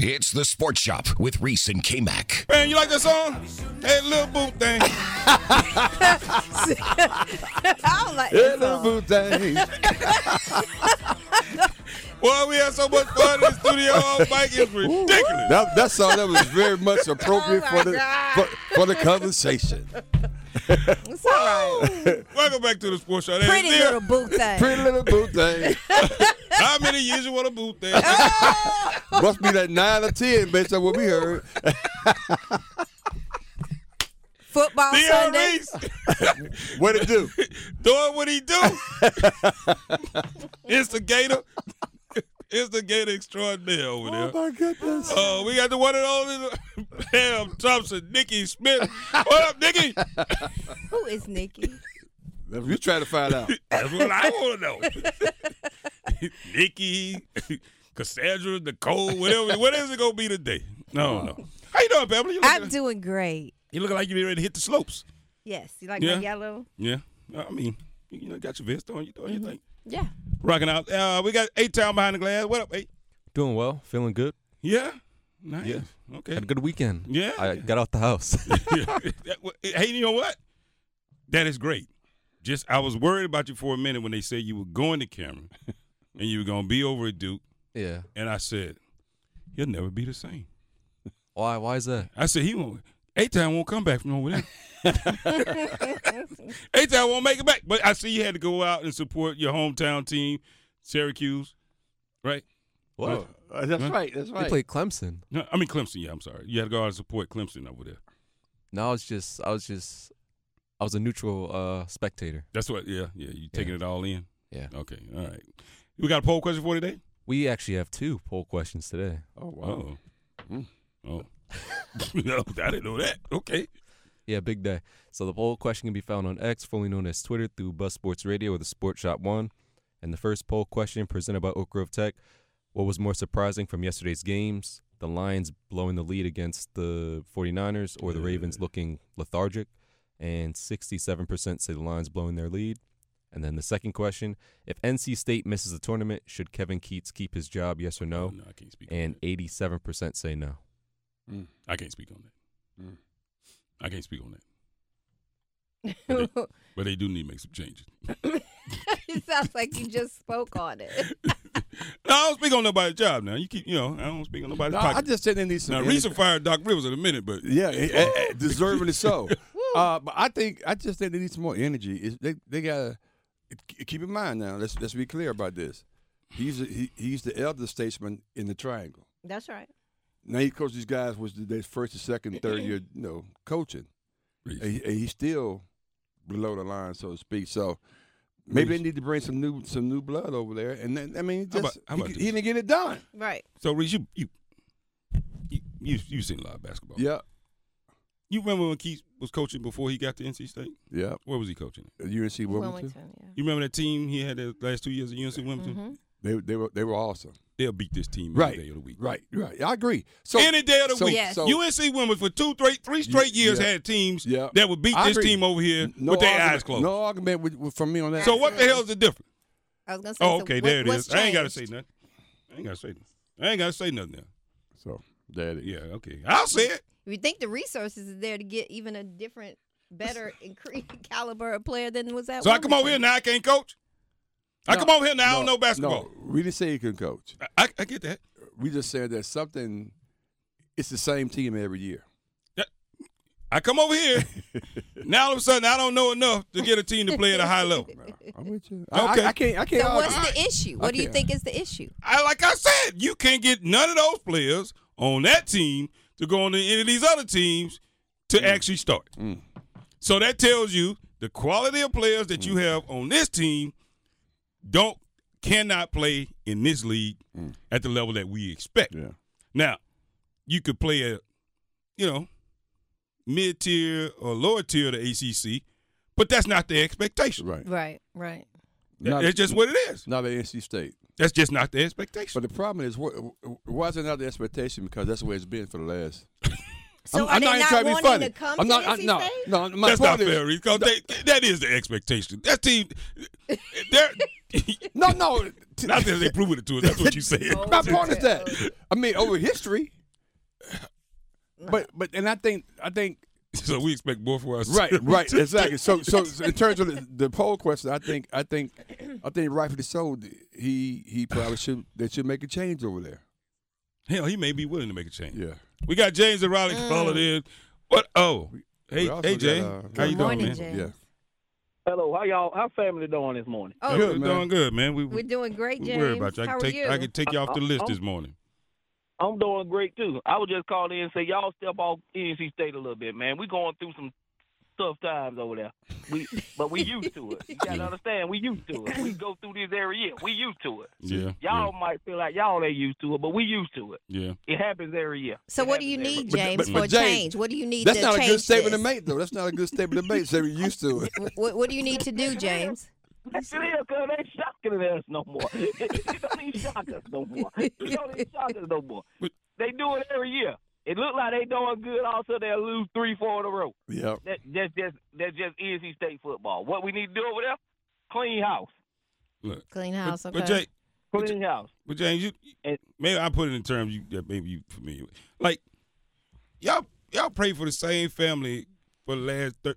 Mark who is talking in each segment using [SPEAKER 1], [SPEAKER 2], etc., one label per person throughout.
[SPEAKER 1] It's the Sports Shop with Reese and K Mac.
[SPEAKER 2] Man, you like that song? That little boot thing.
[SPEAKER 3] I don't like
[SPEAKER 2] That
[SPEAKER 3] that
[SPEAKER 2] little
[SPEAKER 3] song.
[SPEAKER 2] boot thing. Boy, we had so much fun in the studio on bike. It's ridiculous.
[SPEAKER 4] That, that song that was very much appropriate
[SPEAKER 3] Oh my
[SPEAKER 4] for the
[SPEAKER 3] God.
[SPEAKER 4] for, for the conversation.
[SPEAKER 3] It's all right.
[SPEAKER 2] Welcome back to the sports show. That is
[SPEAKER 3] Pretty
[SPEAKER 2] Neil.
[SPEAKER 3] little boo thing.
[SPEAKER 4] Pretty little boo thing.
[SPEAKER 2] How many years you want a boot thing?
[SPEAKER 4] Must be that nine or ten based on what we heard.
[SPEAKER 3] Football
[SPEAKER 2] Neil
[SPEAKER 3] Sunday.
[SPEAKER 2] Reese
[SPEAKER 4] What it do?
[SPEAKER 2] doing what he do. Instigator. Instigator extraordinaire over there.
[SPEAKER 4] Oh, my goodness.
[SPEAKER 2] Oh, we got the one and only Pam Thompson, Nikki Smith. What up, Nikki?
[SPEAKER 3] Who is Nikki?
[SPEAKER 4] You trying to find out.
[SPEAKER 2] That's what I want to know. Nikki, Cassandra, Nicole, whatever. What is it going to be today? No, no. How you doing, Pamela? You
[SPEAKER 3] I'm
[SPEAKER 2] looking,
[SPEAKER 3] doing great.
[SPEAKER 2] you looking like you ready to hit the slopes.
[SPEAKER 3] Yes, you like
[SPEAKER 2] Yeah.
[SPEAKER 3] my yellow?
[SPEAKER 2] Yeah. I mean, you you know, got your vest on. You doing your thing.
[SPEAKER 3] Yeah.
[SPEAKER 2] Rocking out. Uh, we got eight town behind the glass. What up, eight?
[SPEAKER 5] Doing well, feeling good.
[SPEAKER 2] Yeah. Nice.
[SPEAKER 5] Yeah.
[SPEAKER 2] Okay.
[SPEAKER 5] Had a good weekend.
[SPEAKER 2] Yeah.
[SPEAKER 5] I got out the house.
[SPEAKER 2] hey, you know what? That is great. Just I was worried about you for a minute when they said you were going to Cameron and you were gonna be over at Duke,
[SPEAKER 5] yeah.
[SPEAKER 2] and I said he'll never be the same.
[SPEAKER 5] Why? Why is that?
[SPEAKER 2] I said he won't. A Town won't come back from over there. A Town won't make it back. But I see you had to go out and support your hometown team, Syracuse, right?
[SPEAKER 5] What?
[SPEAKER 4] Uh, that's
[SPEAKER 2] Huh?
[SPEAKER 4] right. That's
[SPEAKER 5] They
[SPEAKER 4] right.
[SPEAKER 5] played Clemson.
[SPEAKER 2] No, I mean Clemson. Yeah, I'm sorry. You had to go out and support Clemson over there.
[SPEAKER 5] No, I was just, I was just, I was a neutral uh spectator.
[SPEAKER 2] That's what. Yeah, yeah. You taking it all in.
[SPEAKER 5] Yeah.
[SPEAKER 2] Okay. All right. We got a poll question for today.
[SPEAKER 5] We actually have two poll questions today.
[SPEAKER 4] Oh wow.
[SPEAKER 2] Oh. Oh. no, I didn't know that. Okay.
[SPEAKER 5] Yeah, big day. So the poll question can be found on X, formerly known as Twitter, through Bus Sports Radio or the Sport Shop One. And the first poll question presented by Oak Grove Tech: What was more surprising from yesterday's games? The Lions blowing the lead against the 49ers, or the Ravens looking lethargic? And 67% say the Lions blowing their lead. And then the second question: If NC State misses the tournament, should Kevin Keats keep his job? Yes or no?
[SPEAKER 2] I can't speak. on
[SPEAKER 5] Oh. And
[SPEAKER 2] that.
[SPEAKER 5] 87% say no.
[SPEAKER 4] Mm.
[SPEAKER 2] I can't speak on that. I can't speak on that. But they do need to make some changes.
[SPEAKER 3] it sounds like you just spoke on it.
[SPEAKER 2] No, I don't speak on nobody's job now. You keep, you know, I don't speak on nobody's
[SPEAKER 4] No,
[SPEAKER 2] pocket.
[SPEAKER 4] I just said they need some.
[SPEAKER 2] now,
[SPEAKER 4] energy.
[SPEAKER 2] Reese will fire Doc Rivers in a minute, but
[SPEAKER 4] Yeah, eh, eh, eh, deservedly so. uh, but I think I just think they need some more energy. It's, they they gotta k- keep in mind now. Let's let's be clear about this. He's a, he, he's the elder statesman in the triangle.
[SPEAKER 3] That's right.
[SPEAKER 4] Now he coached these guys was the- their first and second, third year, you know, coaching.
[SPEAKER 2] Reese,
[SPEAKER 4] And, he, and he's still below the line, so to speak. So maybe they need to bring some new some new blood over there. And then I mean,
[SPEAKER 2] How
[SPEAKER 4] just
[SPEAKER 2] about- how
[SPEAKER 4] he,
[SPEAKER 2] about
[SPEAKER 4] he
[SPEAKER 2] this?
[SPEAKER 4] didn't get it done.
[SPEAKER 3] Right.
[SPEAKER 2] so Reese, you you you you you've seen a lot of basketball.
[SPEAKER 4] Yeah,
[SPEAKER 2] You remember when Keith was coaching before he got to NC State?
[SPEAKER 4] yeah.
[SPEAKER 2] Where was he coaching? at?
[SPEAKER 4] UNC Wilmington,
[SPEAKER 3] Wilmington, yeah.
[SPEAKER 2] You remember that team he had the last two years at UNC Wilmington?
[SPEAKER 4] they they were they were awesome.
[SPEAKER 2] They'll beat this team any
[SPEAKER 4] Mm-hmm. Right,
[SPEAKER 2] day of the week.
[SPEAKER 4] right, right. I agree. So
[SPEAKER 2] any day of the
[SPEAKER 4] so-
[SPEAKER 2] week.
[SPEAKER 3] Yes.
[SPEAKER 4] so-
[SPEAKER 2] UNC women for two, three, three straight years
[SPEAKER 4] Yeah.
[SPEAKER 2] had teams
[SPEAKER 4] Yeah.
[SPEAKER 2] that would beat
[SPEAKER 4] I
[SPEAKER 2] this
[SPEAKER 4] agree.
[SPEAKER 2] team over here
[SPEAKER 4] No
[SPEAKER 2] with their
[SPEAKER 4] argument-
[SPEAKER 2] eyes closed.
[SPEAKER 4] No argument with, with, from me on that.
[SPEAKER 2] So what the hell's the difference?
[SPEAKER 3] I was gonna say.
[SPEAKER 2] Oh,
[SPEAKER 3] so
[SPEAKER 2] okay,
[SPEAKER 3] what-
[SPEAKER 2] there it
[SPEAKER 3] what's
[SPEAKER 2] is. I ain't gotta say
[SPEAKER 3] changed?
[SPEAKER 2] nothing. I ain't gotta say nothing. I ain't gotta say nothing now.
[SPEAKER 4] So there it is.
[SPEAKER 2] Yeah, okay. I'll say it.
[SPEAKER 3] You think the resources is there to get even a different, better, increased caliber of player than was that?
[SPEAKER 2] So I come over here
[SPEAKER 3] Wilmington?
[SPEAKER 2] now, I can't coach. I
[SPEAKER 4] No,
[SPEAKER 2] come over here now, I don't
[SPEAKER 4] no,
[SPEAKER 2] know basketball.
[SPEAKER 4] No, we didn't say he couldn't coach.
[SPEAKER 2] I, I, I get that.
[SPEAKER 4] We just said that something. It's the same team every year.
[SPEAKER 2] I come over here. now all of a sudden I don't know enough to get a team to play at a high level.
[SPEAKER 4] I'm with you. I-
[SPEAKER 2] Okay.
[SPEAKER 4] I, I can't. I can't.
[SPEAKER 3] So
[SPEAKER 4] argue.
[SPEAKER 3] what's the issue? What do you
[SPEAKER 4] Okay.
[SPEAKER 3] think is the issue?
[SPEAKER 2] I like I said, you can't get none of those players on that team to go on to any of these other teams
[SPEAKER 4] Mm.
[SPEAKER 2] to actually start. So that tells you the quality of players that
[SPEAKER 4] Mm.
[SPEAKER 2] you have on this team don't cannot play in this league at the level that we expect.
[SPEAKER 4] Mm. Yeah.
[SPEAKER 2] Now, you could play at, you know, mid tier or lower tier of the ACC, but that's not the expectation.
[SPEAKER 4] Right.
[SPEAKER 3] Right, right.
[SPEAKER 2] That-
[SPEAKER 4] Not-
[SPEAKER 2] that's just what it is.
[SPEAKER 4] Not at NC State.
[SPEAKER 2] That's just not the expectation.
[SPEAKER 4] But the problem is, wh- wh- why is it not the expectation? Because that's the way it's been for the last.
[SPEAKER 3] So
[SPEAKER 4] I'm, I'm
[SPEAKER 3] are
[SPEAKER 4] not
[SPEAKER 3] they
[SPEAKER 4] even
[SPEAKER 3] not,
[SPEAKER 4] trying
[SPEAKER 3] wanting
[SPEAKER 4] to be funny.
[SPEAKER 3] to come
[SPEAKER 4] I'm
[SPEAKER 3] to
[SPEAKER 4] not. I-
[SPEAKER 3] NC
[SPEAKER 4] no,
[SPEAKER 3] State?
[SPEAKER 4] no. My
[SPEAKER 2] that's
[SPEAKER 4] point
[SPEAKER 2] not fair.
[SPEAKER 4] is,
[SPEAKER 2] Rico. They- that is the expectation. That team, they're,
[SPEAKER 4] no, no.
[SPEAKER 2] not that they proved it to us. That's what you said.
[SPEAKER 4] My point is that I mean, over history, but but and I think I think
[SPEAKER 2] So we expect more for us.
[SPEAKER 4] right, right, exactly. So so in terms of the, the poll question, I think I think I think rightfully so. He he probably should they should make a change over there.
[SPEAKER 2] Hell, he may be willing to make a change.
[SPEAKER 4] Yeah.
[SPEAKER 2] We got James and Riley
[SPEAKER 3] Mm.
[SPEAKER 2] calling in. What? Oh, hey,
[SPEAKER 4] we also
[SPEAKER 2] hey,
[SPEAKER 4] got,
[SPEAKER 2] Jay,
[SPEAKER 4] uh,
[SPEAKER 2] how you
[SPEAKER 3] Good morning,
[SPEAKER 2] doing, man?
[SPEAKER 3] Jay.
[SPEAKER 4] Yeah.
[SPEAKER 6] Hello, how y'all? How family doing this morning?
[SPEAKER 3] Oh,
[SPEAKER 2] Good,
[SPEAKER 4] Good,
[SPEAKER 2] we're
[SPEAKER 4] man.
[SPEAKER 2] doing good, man. We,
[SPEAKER 3] we're doing great,
[SPEAKER 2] we
[SPEAKER 3] James.
[SPEAKER 2] worried about you. I
[SPEAKER 3] How
[SPEAKER 2] can
[SPEAKER 3] are
[SPEAKER 2] take
[SPEAKER 3] you? Oh,
[SPEAKER 2] I can take you off the
[SPEAKER 6] Uh,
[SPEAKER 2] list
[SPEAKER 6] uh,
[SPEAKER 2] this morning.
[SPEAKER 6] I'm doing great too. I was just called in and say y'all step off NC State a little bit, man. We going through some tough times over there. We but we used to it. You gotta understand, we used to it. We go through this every year. We used to it.
[SPEAKER 2] Yeah,
[SPEAKER 6] Y'all might feel like y'all ain't used to it, but we used to it.
[SPEAKER 2] yeah.
[SPEAKER 6] It happens every year.
[SPEAKER 3] So
[SPEAKER 6] It
[SPEAKER 3] what do you
[SPEAKER 6] happens every
[SPEAKER 3] need,
[SPEAKER 4] But-
[SPEAKER 3] James,
[SPEAKER 4] but-
[SPEAKER 3] for
[SPEAKER 4] but
[SPEAKER 3] a
[SPEAKER 4] James,
[SPEAKER 3] change? What do you need
[SPEAKER 4] That's
[SPEAKER 3] to
[SPEAKER 4] not a
[SPEAKER 3] change
[SPEAKER 4] good statement
[SPEAKER 3] this?
[SPEAKER 4] to make, though. That's not a good statement to make. Say we used to it.
[SPEAKER 3] What, what do you need to do, James?
[SPEAKER 6] That's it is, cause they ain't shocking us no more. it don't even shock us no more. It don't even shock us no more.
[SPEAKER 2] But-
[SPEAKER 6] They do it every year. It look like they doing good, also they'll lose three, four in a row.
[SPEAKER 4] Yeah.
[SPEAKER 6] That, that's just that's just NC State football. What we need to do over there, clean house,
[SPEAKER 2] Look,
[SPEAKER 3] Clean
[SPEAKER 2] but-
[SPEAKER 3] house, okay.
[SPEAKER 2] but Jay,
[SPEAKER 6] clean house.
[SPEAKER 2] But James, you
[SPEAKER 6] And-
[SPEAKER 2] maybe I put it in terms you that maybe you familiar with. Like y'all y'all pray for the same family for the last thir-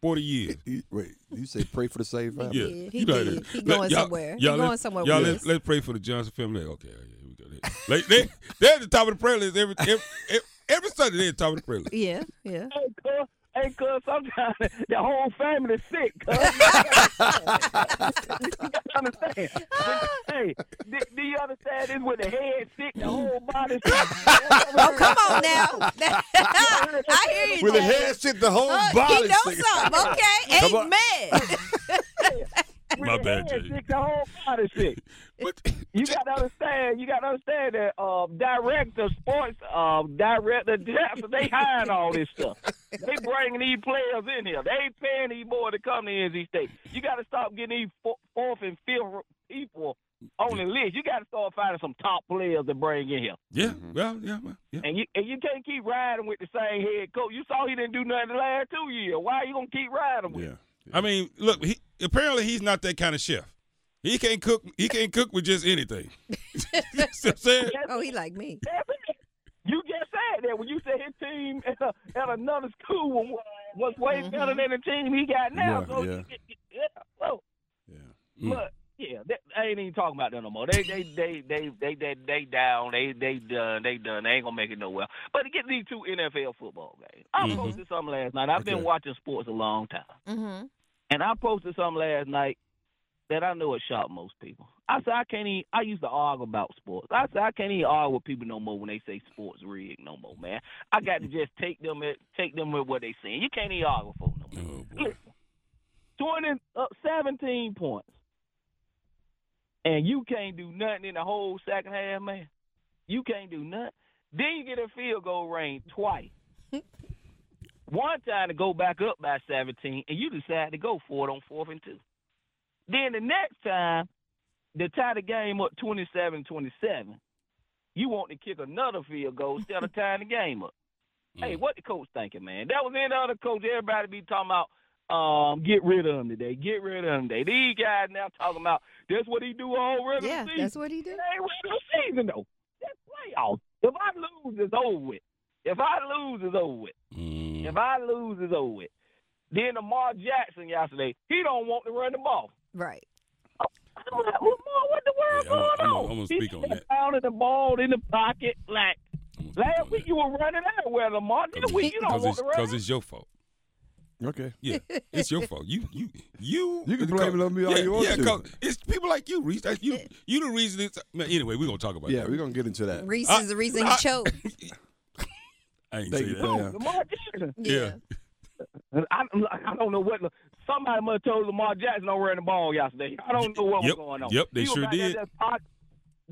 [SPEAKER 2] forty years.
[SPEAKER 4] You- Wait, you say pray for the same family?
[SPEAKER 2] Yeah,
[SPEAKER 3] did. He
[SPEAKER 2] you know that.
[SPEAKER 3] did. He
[SPEAKER 2] Let-
[SPEAKER 3] going
[SPEAKER 2] y'all-
[SPEAKER 3] somewhere. He
[SPEAKER 2] y'all
[SPEAKER 3] going
[SPEAKER 2] let's-
[SPEAKER 3] somewhere
[SPEAKER 2] Y'all
[SPEAKER 3] with
[SPEAKER 2] let's,
[SPEAKER 3] this.
[SPEAKER 2] let's pray for the Johnson family. Like, okay, yeah, here we go. Like they they're at the top of the prayer list every every, every, every Sunday. They're at the top of the prayer list.
[SPEAKER 3] Yeah, yeah.
[SPEAKER 6] Hey, cuz, hey, cuz, sometimes the whole family sick, cuz. you gotta understand. hey, do, do you understand this when the head sick, the whole body sick?
[SPEAKER 3] Oh, come on now. I hear you,
[SPEAKER 4] With the
[SPEAKER 3] James.
[SPEAKER 4] head shit, the whole
[SPEAKER 3] Uh,
[SPEAKER 4] body.
[SPEAKER 3] he knows
[SPEAKER 4] sick.
[SPEAKER 3] something, okay?
[SPEAKER 4] Come on.
[SPEAKER 3] Amen.
[SPEAKER 6] When
[SPEAKER 2] My
[SPEAKER 6] the
[SPEAKER 2] bad,
[SPEAKER 6] head
[SPEAKER 2] Jay.
[SPEAKER 6] sick, the whole body sick.
[SPEAKER 2] But
[SPEAKER 6] You gotta understand. You gotta understand that uh, director, sports uh, director, Jackson, they hiring all this stuff. They bringing these players in here. They ain't paying these boys to come to NC State. You gotta stop getting these fo- fourth and fifth people on the list. You gotta start finding some top players to bring in here.
[SPEAKER 2] yeah, well, yeah, well, yeah.
[SPEAKER 6] And you and you can't keep riding with the same head coach. You saw he didn't do nothing the last two years. Why you gonna keep riding with?
[SPEAKER 4] Yeah.
[SPEAKER 6] him?
[SPEAKER 2] I mean, look, he, apparently he's not that kind of chef. He can't cook. He can't cook with just anything. you know what I'm saying?
[SPEAKER 3] Oh, he like me.
[SPEAKER 6] That's it. You just said that when you said his team at, a, at another school was, was way better than the team he got now.
[SPEAKER 4] Mm-hmm. Yeah,
[SPEAKER 6] so
[SPEAKER 4] yeah.
[SPEAKER 6] you- you- yeah, well,
[SPEAKER 4] Yeah.
[SPEAKER 6] look, yeah, that, I ain't even talking about them no more. They they they they they they, they down. They they done. They done. They ain't gonna make it nowhere. But to get these two NFL football games, I
[SPEAKER 4] Mm-hmm.
[SPEAKER 2] Mhm.
[SPEAKER 6] posted something last night. I've
[SPEAKER 4] Okay.
[SPEAKER 6] been watching sports a long time,
[SPEAKER 3] Mm-hmm.
[SPEAKER 6] and I posted something last night. That I know it shocked most people. I said I can't even. I used to argue about sports. I said I can't even argue with people no more when they say sports rigged no more, man. I got to just take them at take them with what they saying. You can't even argue for them no more.
[SPEAKER 2] Oh boy.
[SPEAKER 6] Listen, 20, uh, 17 points, and you can't do nothing in the whole second half, man. You can't do nothing. Then you get a field goal range twice. One time to go back up by 17, and you decide to go for it on fourth and two. Then the next time, to tie the game up 27 27, you want to kick another field goal instead of tying the game up. Hey, what the coach thinking, man? That was in the other coach. Everybody be talking about um, get rid of him today. Get rid of him today. These guys now talking about that's what he do all regular
[SPEAKER 3] Yeah,
[SPEAKER 6] season.
[SPEAKER 3] that's what he do.
[SPEAKER 6] It ain't regular season though. That's playoffs. If I lose, it's over with. If I lose, it's over with.
[SPEAKER 2] Mm.
[SPEAKER 6] If I lose, it's over with. Then Lamar Jackson yesterday, he don't want to run the ball.
[SPEAKER 3] Right.
[SPEAKER 6] I'm like, Lamar, what the world
[SPEAKER 2] Yeah, I'm gonna-
[SPEAKER 6] going
[SPEAKER 2] I'm gonna-
[SPEAKER 6] on?
[SPEAKER 2] I'm gonna
[SPEAKER 6] He
[SPEAKER 2] speak on
[SPEAKER 6] sitting
[SPEAKER 2] that.
[SPEAKER 6] down in the ball in the pocket like
[SPEAKER 2] I'm gonna
[SPEAKER 6] last
[SPEAKER 2] speak
[SPEAKER 6] week you were running everywhere, Lamar.
[SPEAKER 2] on
[SPEAKER 6] This
[SPEAKER 2] that.
[SPEAKER 6] week you don't
[SPEAKER 2] Cause
[SPEAKER 6] want
[SPEAKER 2] it's,
[SPEAKER 6] to run.
[SPEAKER 2] Cause it's your fault.
[SPEAKER 4] Okay.
[SPEAKER 2] Yeah, it's your fault. You, you, you.
[SPEAKER 4] You can blame it on me all
[SPEAKER 2] yeah,
[SPEAKER 4] you want
[SPEAKER 2] yeah,
[SPEAKER 4] to.
[SPEAKER 2] 'cause it's people like you, Reese. That's you. You the reason. It's, man, anyway, we're gonna talk about
[SPEAKER 4] Yeah,
[SPEAKER 2] that.
[SPEAKER 4] we're gonna get into that.
[SPEAKER 3] Reese
[SPEAKER 2] I-
[SPEAKER 3] is the reason he
[SPEAKER 2] I-
[SPEAKER 3] choked.
[SPEAKER 2] I ain't
[SPEAKER 4] Thank
[SPEAKER 2] say
[SPEAKER 4] you,
[SPEAKER 2] that.
[SPEAKER 4] player.
[SPEAKER 6] Lamar Jackson.
[SPEAKER 2] Yeah.
[SPEAKER 6] And I, I'm like, I don't know what. Somebody must have told Lamar Jackson don't run the ball yesterday. I don't know what
[SPEAKER 2] Yep,
[SPEAKER 6] was going on.
[SPEAKER 2] yep, they
[SPEAKER 6] He was
[SPEAKER 2] sure
[SPEAKER 6] out there
[SPEAKER 2] did.
[SPEAKER 6] just pocket-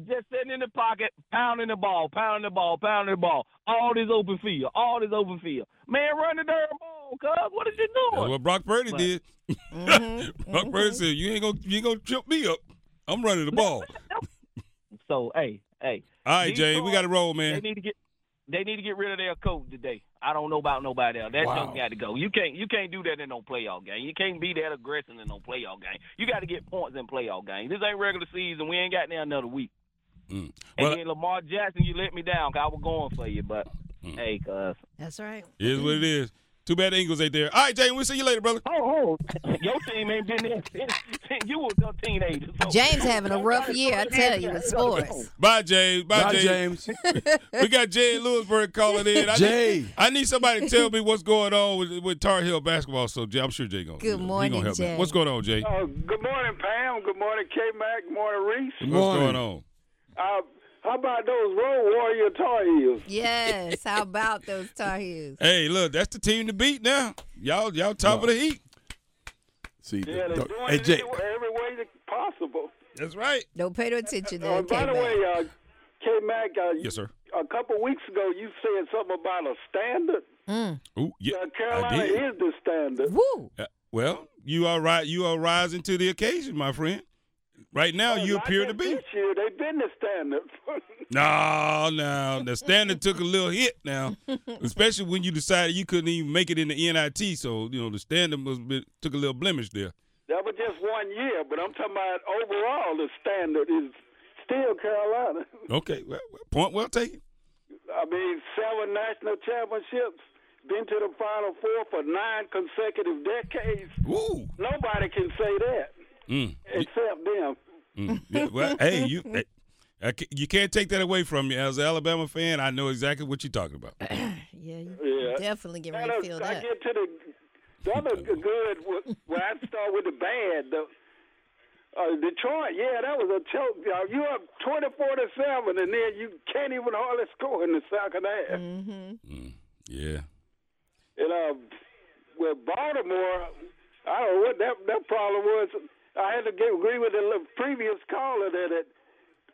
[SPEAKER 6] just sitting in the pocket, pounding the ball, pounding the ball, pounding the ball. All this open field, all this open field. Man, run the darn ball, cuz. What is you
[SPEAKER 2] That's
[SPEAKER 6] doing?
[SPEAKER 2] what Brock Purdy
[SPEAKER 6] But- Mm-hmm,
[SPEAKER 2] did.
[SPEAKER 3] Mhm,
[SPEAKER 2] Brock Purdy
[SPEAKER 3] mhm.
[SPEAKER 2] said, "You ain't gonna, you ain't gonna trip me up. I'm running the ball."
[SPEAKER 6] So, hey, hey,
[SPEAKER 2] All right,
[SPEAKER 6] These
[SPEAKER 2] Jay, we
[SPEAKER 6] guys,
[SPEAKER 2] got to roll,
[SPEAKER 6] they
[SPEAKER 2] man.
[SPEAKER 6] need to get they need to get rid of their coach today. I don't know about nobody else. That
[SPEAKER 4] Wow.
[SPEAKER 6] junk got to go. You can't you can't do that in no playoff game. You can't be that aggressive in no playoff game. You got to get points in playoff game. This ain't regular season. We ain't got now another week.
[SPEAKER 2] Mm.
[SPEAKER 6] and
[SPEAKER 2] Well,
[SPEAKER 6] then Lamar Jackson, you let me down. 'cause I was going for you, but
[SPEAKER 2] Mm.
[SPEAKER 6] hey, cuz
[SPEAKER 3] That's right.
[SPEAKER 2] here's what it
[SPEAKER 6] Mm-hmm.
[SPEAKER 2] is. Too bad the Eagles ain't there. All right, Jay, we'll see you later, brother.
[SPEAKER 6] Oh, oh. Your team ain't been there. since You was a teenager. so-
[SPEAKER 3] James having a rough year, I tell you, with sports.
[SPEAKER 2] Bye, Jay. Bye,
[SPEAKER 4] Bye,
[SPEAKER 2] Jay.
[SPEAKER 4] James.
[SPEAKER 2] We got Jay in Lewisburg calling in. I
[SPEAKER 4] Jay.
[SPEAKER 2] Need, I need somebody to tell me what's going on with, with Tar Heel basketball. So, Jay, I'm sure Jay going.
[SPEAKER 3] Good morning,
[SPEAKER 2] help me.
[SPEAKER 3] Jay.
[SPEAKER 2] What's going on, Jay?
[SPEAKER 7] Uh, good morning, Pam. Good morning, K Mac. Morning, Reese.
[SPEAKER 4] Good
[SPEAKER 2] What's
[SPEAKER 4] morning.
[SPEAKER 2] going on?
[SPEAKER 7] Uh, how about those Road Warrior Tar Heels?
[SPEAKER 3] Yes. How about those Tar Heels?
[SPEAKER 2] Hey, look, that's the team to beat now. Y'all, y'all top of the heat.
[SPEAKER 4] See,
[SPEAKER 7] Yeah, they're
[SPEAKER 4] don't-
[SPEAKER 7] doing
[SPEAKER 4] hey,
[SPEAKER 7] it
[SPEAKER 4] Jay,
[SPEAKER 7] any- every way that possible.
[SPEAKER 2] That's right.
[SPEAKER 3] Don't pay no attention to
[SPEAKER 7] Uh,
[SPEAKER 3] that.
[SPEAKER 7] by the
[SPEAKER 3] K-Mac.
[SPEAKER 7] way, uh, K Mac, uh,
[SPEAKER 2] Yes, sir.
[SPEAKER 7] a couple weeks ago you said something about a standard.
[SPEAKER 2] Ooh, yeah,
[SPEAKER 7] Uh,
[SPEAKER 2] I
[SPEAKER 7] Carolina
[SPEAKER 2] did.
[SPEAKER 7] is the standard.
[SPEAKER 3] Woo.
[SPEAKER 2] Uh, well, you are right. You are rising to the occasion, my friend. Right now, you
[SPEAKER 7] Oh, Not
[SPEAKER 2] appear to
[SPEAKER 7] just
[SPEAKER 2] be.
[SPEAKER 7] This year they've been the standard.
[SPEAKER 2] No, no. The standard took a little hit now, especially when you decided you couldn't even make it in the NIT. So, you know, the standard was bit, took a little blemish there.
[SPEAKER 7] that was just one year, but I'm talking about overall the standard is still Carolina.
[SPEAKER 2] Okay, well, well, point well taken.
[SPEAKER 7] I mean, seven national championships, been to the Final Four for nine consecutive decades.
[SPEAKER 2] Woo.
[SPEAKER 7] Nobody can say that
[SPEAKER 2] Mm,
[SPEAKER 7] except them.
[SPEAKER 2] mm. Yeah, well, hey, you. eh, I ca- you can't take that away from me. As an Alabama fan, I know exactly what you're talking about.
[SPEAKER 3] Yeah, you
[SPEAKER 7] Yeah.
[SPEAKER 3] definitely getting
[SPEAKER 7] And
[SPEAKER 3] ready to feel
[SPEAKER 7] I, I
[SPEAKER 3] that.
[SPEAKER 7] get to the, the other g- good. w- Well, I start with the bad. The, uh, Detroit, yeah, that was a choke. job. You up twenty-four to seven, and then you can't even hardly score in the second half.
[SPEAKER 2] Yeah.
[SPEAKER 7] And uh, with Baltimore, I don't know what that that problem was. I had to get, agree with the l- previous caller that it,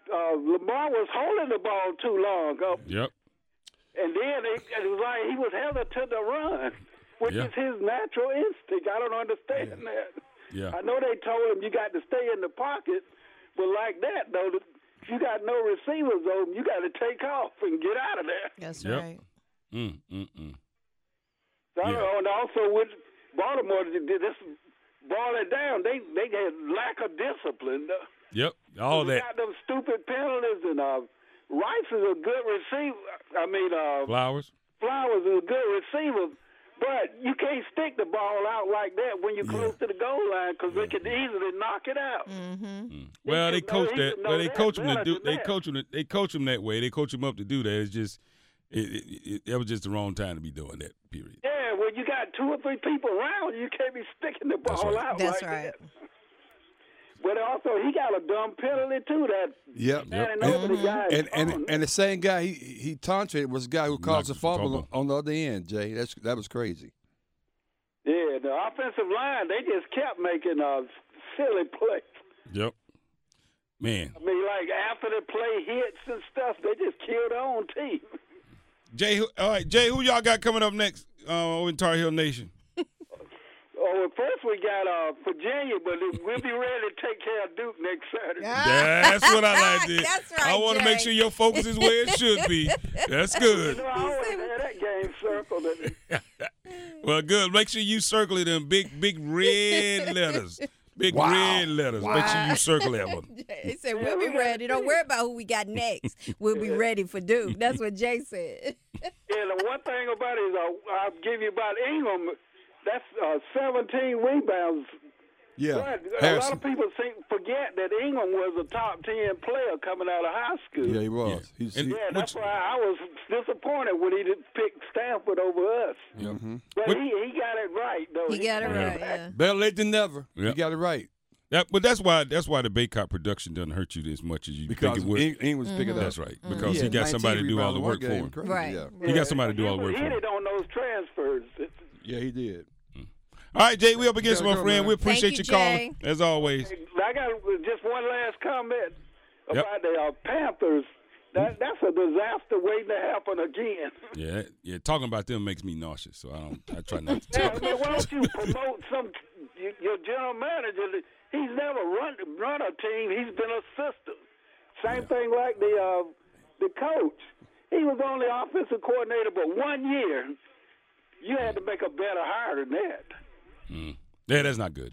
[SPEAKER 7] uh, Lamar was holding the ball too long, uh,
[SPEAKER 2] Yep.
[SPEAKER 7] and then it, it was like he was hesitant to run, which
[SPEAKER 2] Yeah.
[SPEAKER 7] is his natural instinct. I don't understand that.
[SPEAKER 2] Yeah.
[SPEAKER 7] I know they told him you got to stay in the pocket, but like that though, the- you got no receivers open. You got to take off and get out of there.
[SPEAKER 3] That's
[SPEAKER 2] Yep.
[SPEAKER 3] right.
[SPEAKER 2] Mm, mm, mm.
[SPEAKER 7] So I
[SPEAKER 2] Yeah.
[SPEAKER 7] don't know, and also with Baltimore, they did this ball it down. They they had lack of discipline.
[SPEAKER 2] Yep. All
[SPEAKER 7] they
[SPEAKER 2] that.
[SPEAKER 7] got them stupid penalties, and uh, Rice is a good receiver. I mean, uh,
[SPEAKER 2] Flowers.
[SPEAKER 7] Flowers is a good receiver, but you can't stick the ball out like that when you're close to the goal line because they could easily knock it out.
[SPEAKER 3] Mm-hmm.
[SPEAKER 2] Mm. Well, they
[SPEAKER 7] should know-
[SPEAKER 2] coach
[SPEAKER 7] he
[SPEAKER 2] that.
[SPEAKER 7] should
[SPEAKER 2] Well,
[SPEAKER 7] know
[SPEAKER 2] they
[SPEAKER 7] that
[SPEAKER 2] coach him to
[SPEAKER 7] better
[SPEAKER 2] do.
[SPEAKER 7] than
[SPEAKER 2] They
[SPEAKER 7] that.
[SPEAKER 2] coach him. to- They coach him that way. They coach him up to do that. It's just, it, it, it, that was just the wrong time to be doing that. Period.
[SPEAKER 7] Yeah, when you got two or three people around, you can't be sticking the
[SPEAKER 2] That's
[SPEAKER 7] ball
[SPEAKER 2] right.
[SPEAKER 7] out.
[SPEAKER 3] That's
[SPEAKER 7] like
[SPEAKER 3] right.
[SPEAKER 7] That. But also, he got a dumb penalty too. That
[SPEAKER 4] Yep.
[SPEAKER 7] standing
[SPEAKER 4] And-
[SPEAKER 7] over the guy.
[SPEAKER 4] And
[SPEAKER 7] on.
[SPEAKER 4] and and the same guy he he taunted was the guy who caused the
[SPEAKER 2] Knocked the
[SPEAKER 4] fumble
[SPEAKER 2] fumble.
[SPEAKER 4] on the other end. Jay, that's that was crazy.
[SPEAKER 7] Yeah, the offensive line, they just kept making uh, silly plays.
[SPEAKER 2] Yep. Man,
[SPEAKER 7] I mean, like after the play hits and stuff, they just killed their own team.
[SPEAKER 2] Jay. Who, all right, Jay. Who y'all got coming up next uh, over in Tar Heel Nation?
[SPEAKER 7] Oh, well, first we got uh, Virginia, but we'll be ready to take care of Duke next Saturday.
[SPEAKER 2] That's what I like. to-
[SPEAKER 3] That's right,
[SPEAKER 2] I want to make
[SPEAKER 3] Jay.
[SPEAKER 2] sure your focus is where it should be. That's good.
[SPEAKER 7] You know, I always had that game circled. And,
[SPEAKER 2] Well, good. Make sure you circle it in big, big red letters. Big
[SPEAKER 4] Wow.
[SPEAKER 2] red letters. Make sure you circle that one.
[SPEAKER 3] He said, We'll be ready. Don't worry about who we got next. We'll be ready for Duke. That's what Jay said.
[SPEAKER 7] and the one thing about it is, uh, I'll give you about Ingram. That's uh, 17 rebounds.
[SPEAKER 4] Yeah,
[SPEAKER 7] But a lot
[SPEAKER 4] Harrison.
[SPEAKER 7] of people think, forget that Ingram was a top 10 player coming out of high school.
[SPEAKER 4] yeah, he was. He's,
[SPEAKER 2] And-
[SPEAKER 4] he,
[SPEAKER 7] Yeah, that's
[SPEAKER 2] Which-
[SPEAKER 7] why I was disappointed when he didn't pick Stanford over us.
[SPEAKER 4] mhm.
[SPEAKER 7] But
[SPEAKER 2] Which-
[SPEAKER 7] he, he got Oh, it right though.
[SPEAKER 3] He got it
[SPEAKER 2] Yeah.
[SPEAKER 3] right. Yeah.
[SPEAKER 4] Better late than never.
[SPEAKER 2] Yeah.
[SPEAKER 4] You got it right
[SPEAKER 2] That, but that's why that's why the Baycott production doesn't hurt you as much as you
[SPEAKER 4] because
[SPEAKER 2] think it would.
[SPEAKER 4] Eng- Ingram's picking up.
[SPEAKER 2] That's right.
[SPEAKER 3] Mm.
[SPEAKER 2] Because
[SPEAKER 4] Yeah,
[SPEAKER 2] he got
[SPEAKER 4] 19
[SPEAKER 2] somebody to do all
[SPEAKER 4] rebounds
[SPEAKER 2] the
[SPEAKER 4] in
[SPEAKER 2] work for
[SPEAKER 4] one game.
[SPEAKER 2] him.
[SPEAKER 4] Crazy,
[SPEAKER 3] Right.
[SPEAKER 4] Yeah.
[SPEAKER 2] You got somebody to do all the work for
[SPEAKER 7] He
[SPEAKER 2] him.
[SPEAKER 7] hit it on those transfers.
[SPEAKER 4] yeah, he did.
[SPEAKER 2] All right, Jay, we up against
[SPEAKER 4] gotta
[SPEAKER 2] my
[SPEAKER 4] go,
[SPEAKER 2] friend.
[SPEAKER 4] man.
[SPEAKER 2] We appreciate
[SPEAKER 3] Thank you,
[SPEAKER 2] calling as always.
[SPEAKER 7] I got just one last comment.
[SPEAKER 2] Yep.
[SPEAKER 7] about the uh, Panthers. That that's a disaster waiting to happen again.
[SPEAKER 2] Yeah, yeah. Talking about them makes me nauseous, so I don't. I try not to
[SPEAKER 7] Now,
[SPEAKER 2] talk.
[SPEAKER 7] I mean, why don't you promote some your your general manager? that- He's never run run a team. He's been assistant. Same thing like the uh, the coach. He was only offensive coordinator, but one year. You had to make a better hire than that.
[SPEAKER 2] Yeah, that's not good.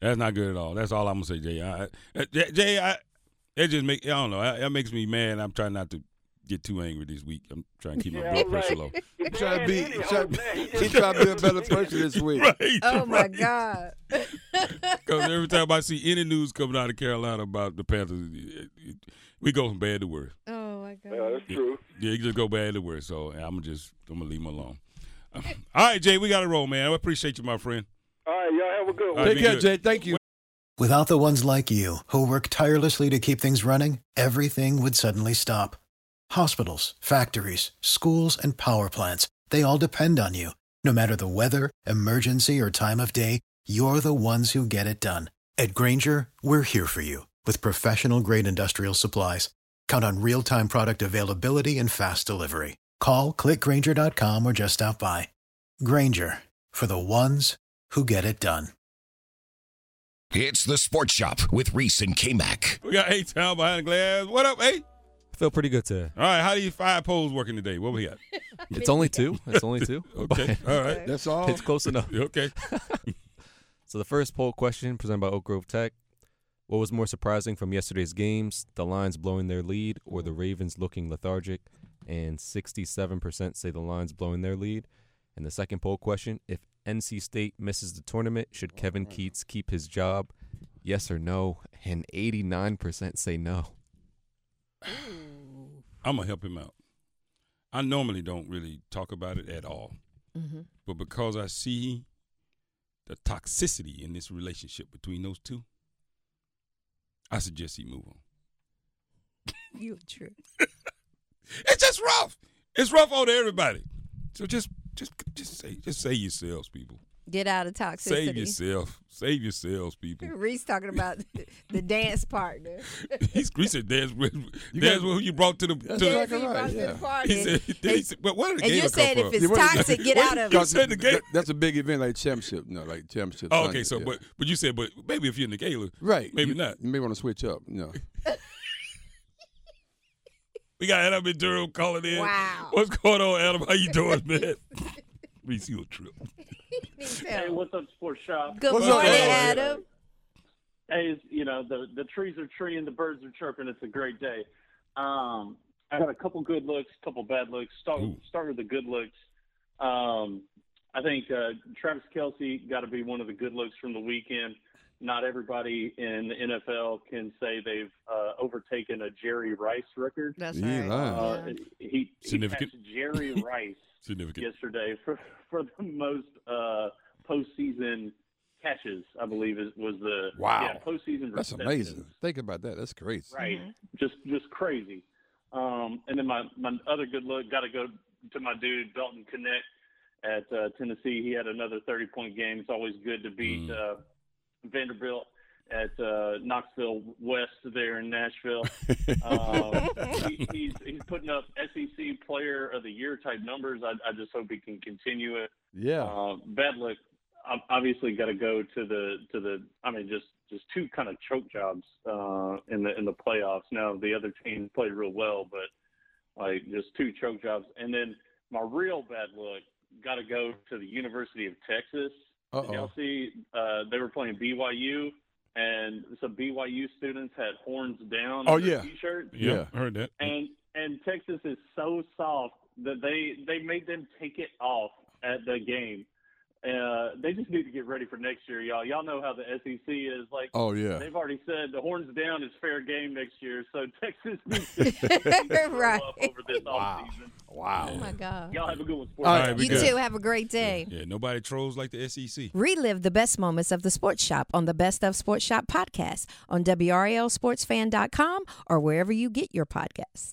[SPEAKER 2] That's not good at all. That's all I'm gonna say, Jay. I, I- Jay, Jay, I, it just make I don't know. That that makes me mad. I'm trying not to get too angry this week. I'm trying to keep my
[SPEAKER 7] Yeah,
[SPEAKER 2] blood
[SPEAKER 7] right.
[SPEAKER 2] pressure low.
[SPEAKER 4] He trying to be, he
[SPEAKER 7] Anyhow,
[SPEAKER 4] trying,
[SPEAKER 7] man, he
[SPEAKER 4] he
[SPEAKER 7] just-
[SPEAKER 4] trying to be a better person this week.
[SPEAKER 2] Right.
[SPEAKER 3] Oh my
[SPEAKER 2] right.
[SPEAKER 3] God.
[SPEAKER 2] 'Cause every time I see any news coming out of Carolina about the Panthers, it- it- we go from bad to worse.
[SPEAKER 3] Oh my God.
[SPEAKER 7] Yeah, that's true.
[SPEAKER 2] Yeah, you just go bad to worse. So I'm just I'm gonna leave them alone. Uh, all right, Jay, we got to roll, man. I appreciate you, my friend.
[SPEAKER 7] All right, y'all have a good one.
[SPEAKER 2] All right,
[SPEAKER 4] Take
[SPEAKER 2] be
[SPEAKER 4] care,
[SPEAKER 2] good.
[SPEAKER 4] Jay. Thank you.
[SPEAKER 8] Without the ones like you, who work tirelessly to keep things running, everything would suddenly stop. Hospitals, factories, schools, and power plants, they all depend on you. No matter the weather, emergency, or time of day, you're the ones who get it done. At Granger, we're here for you with professional grade industrial supplies. Count on real time product availability and fast delivery. Call clickgranger.com or just stop by. Granger for the ones who get it done.
[SPEAKER 1] It's the Sports Shop with Reese and K Mac.
[SPEAKER 2] We got eight town behind the glass. What up, eight?
[SPEAKER 5] I feel pretty good today.
[SPEAKER 2] All right, how do you five polls working today? What we got?
[SPEAKER 5] It's only two. It's only two.
[SPEAKER 2] Okay, all right,
[SPEAKER 4] That's all.
[SPEAKER 5] it's close enough.
[SPEAKER 2] okay.
[SPEAKER 5] So the first poll question presented by Oak Grove Tech. What was more surprising from yesterday's games? The Lions blowing their lead or the Ravens looking lethargic? And 67% say the Lions blowing their lead. And the second poll question, if NC State misses the tournament, should Kevin Keats keep his job? Yes or no? And 89% say no.
[SPEAKER 2] I'm gonna help him out. I normally don't really talk about it at all,
[SPEAKER 3] Mm-hmm.
[SPEAKER 2] but because I see the toxicity in this relationship between those two, I suggest he move on.
[SPEAKER 3] You a trip.
[SPEAKER 2] It's just rough. It's rough on everybody. So just, just, just say, just say yourselves, people.
[SPEAKER 3] Get out of
[SPEAKER 2] Save
[SPEAKER 3] toxicity.
[SPEAKER 2] yourself. Save yourselves, people.
[SPEAKER 3] Reese talking about the dance partner.
[SPEAKER 2] He's he said that's with
[SPEAKER 4] You
[SPEAKER 2] that's
[SPEAKER 4] got-
[SPEAKER 2] who you brought to the to
[SPEAKER 4] That's
[SPEAKER 2] the-
[SPEAKER 4] exactly
[SPEAKER 3] He
[SPEAKER 4] right,
[SPEAKER 3] brought to
[SPEAKER 4] yeah.
[SPEAKER 3] the party.
[SPEAKER 2] he said, he said, but where did the
[SPEAKER 3] and
[SPEAKER 2] game
[SPEAKER 3] you're
[SPEAKER 2] come
[SPEAKER 3] saying
[SPEAKER 2] from?
[SPEAKER 3] if it's toxic, get out of
[SPEAKER 2] You
[SPEAKER 3] it.
[SPEAKER 2] said the game-
[SPEAKER 4] That- that's a big event like championship. No, like championship.
[SPEAKER 2] Oh, okay,
[SPEAKER 4] Sunday,
[SPEAKER 2] so
[SPEAKER 4] yeah.
[SPEAKER 2] but but you said but maybe if you're in the Gaylor,
[SPEAKER 4] right,
[SPEAKER 2] Maybe
[SPEAKER 4] you,
[SPEAKER 2] not.
[SPEAKER 4] You may want to switch up. No,
[SPEAKER 2] We got Adam and Durham calling in.
[SPEAKER 3] Wow.
[SPEAKER 2] What's going on, Adam? How you doing, man? Reese, you a trip.
[SPEAKER 6] Hey, what's up, Sports Shop?
[SPEAKER 3] Good
[SPEAKER 4] What's up,
[SPEAKER 3] morning,
[SPEAKER 4] Adam?
[SPEAKER 3] Adam.
[SPEAKER 6] Hey, it's- you know the the trees are treeing, the birds are chirping. It's a great day. Um, I got a couple good looks, couple bad looks. Start
[SPEAKER 2] Ooh.
[SPEAKER 6] start with the good looks. Um, I think uh, Travis Kelsey got to be one of the good looks from the weekend. Not everybody in the NFL can say they've uh, overtaken a Jerry Rice record.
[SPEAKER 3] That's
[SPEAKER 4] You
[SPEAKER 3] right.
[SPEAKER 4] lying.
[SPEAKER 6] Uh, he he
[SPEAKER 2] Significant.
[SPEAKER 6] passed Jerry Rice
[SPEAKER 2] Significant.
[SPEAKER 6] yesterday for for the most uh, postseason catches. I believe is, was the
[SPEAKER 4] Wow.
[SPEAKER 6] yeah, postseason.
[SPEAKER 4] that's
[SPEAKER 6] receptions.
[SPEAKER 4] amazing. Think about that. That's crazy.
[SPEAKER 6] Right, just just crazy. Um, and then my my other good look got to go to my dude Dalton Connect at uh, Tennessee. He had another thirty point game. It's always good to beat uh, Vanderbilt. At uh, Knoxville West, there in Nashville, um, he, he's, he's putting up SEC Player of the Year type numbers. I, I just hope he can continue it.
[SPEAKER 4] Yeah.
[SPEAKER 6] Uh, bad luck. ob- Obviously, got to go to the to the. I mean, just just two kind of choke jobs uh, in the in the playoffs. Now the other team played real well, but like just two choke jobs. And then my real bad luck got to go to the University of Texas.
[SPEAKER 4] Uh-oh.
[SPEAKER 6] Kelsey, uh, they were playing BYU, and some BYU students had horns down.
[SPEAKER 4] Oh,
[SPEAKER 6] on their
[SPEAKER 4] yeah.
[SPEAKER 6] t-shirts
[SPEAKER 2] Yeah,
[SPEAKER 4] Yeah.
[SPEAKER 2] I heard that.
[SPEAKER 6] and and Texas is so soft that they they made them take it off at the game. Uh, they just need to get ready for next year, y'all. Y'all know how the SEC is. Like
[SPEAKER 4] Oh yeah.
[SPEAKER 6] they've already said, the horns down is fair game next year. So Texas needs to grow
[SPEAKER 3] right.
[SPEAKER 6] up over this offseason.
[SPEAKER 3] Oh my God.
[SPEAKER 6] Y'all have a good one. Sports.
[SPEAKER 4] All right,
[SPEAKER 2] All right, we
[SPEAKER 3] You
[SPEAKER 2] good.
[SPEAKER 3] too. Have a great day.
[SPEAKER 2] Yeah, nobody trolls like the E SEC.
[SPEAKER 3] Relive the best moments of the Sports Shop on the Best of Sports Shop podcast on WRLSportsFan.com or wherever you get your podcasts.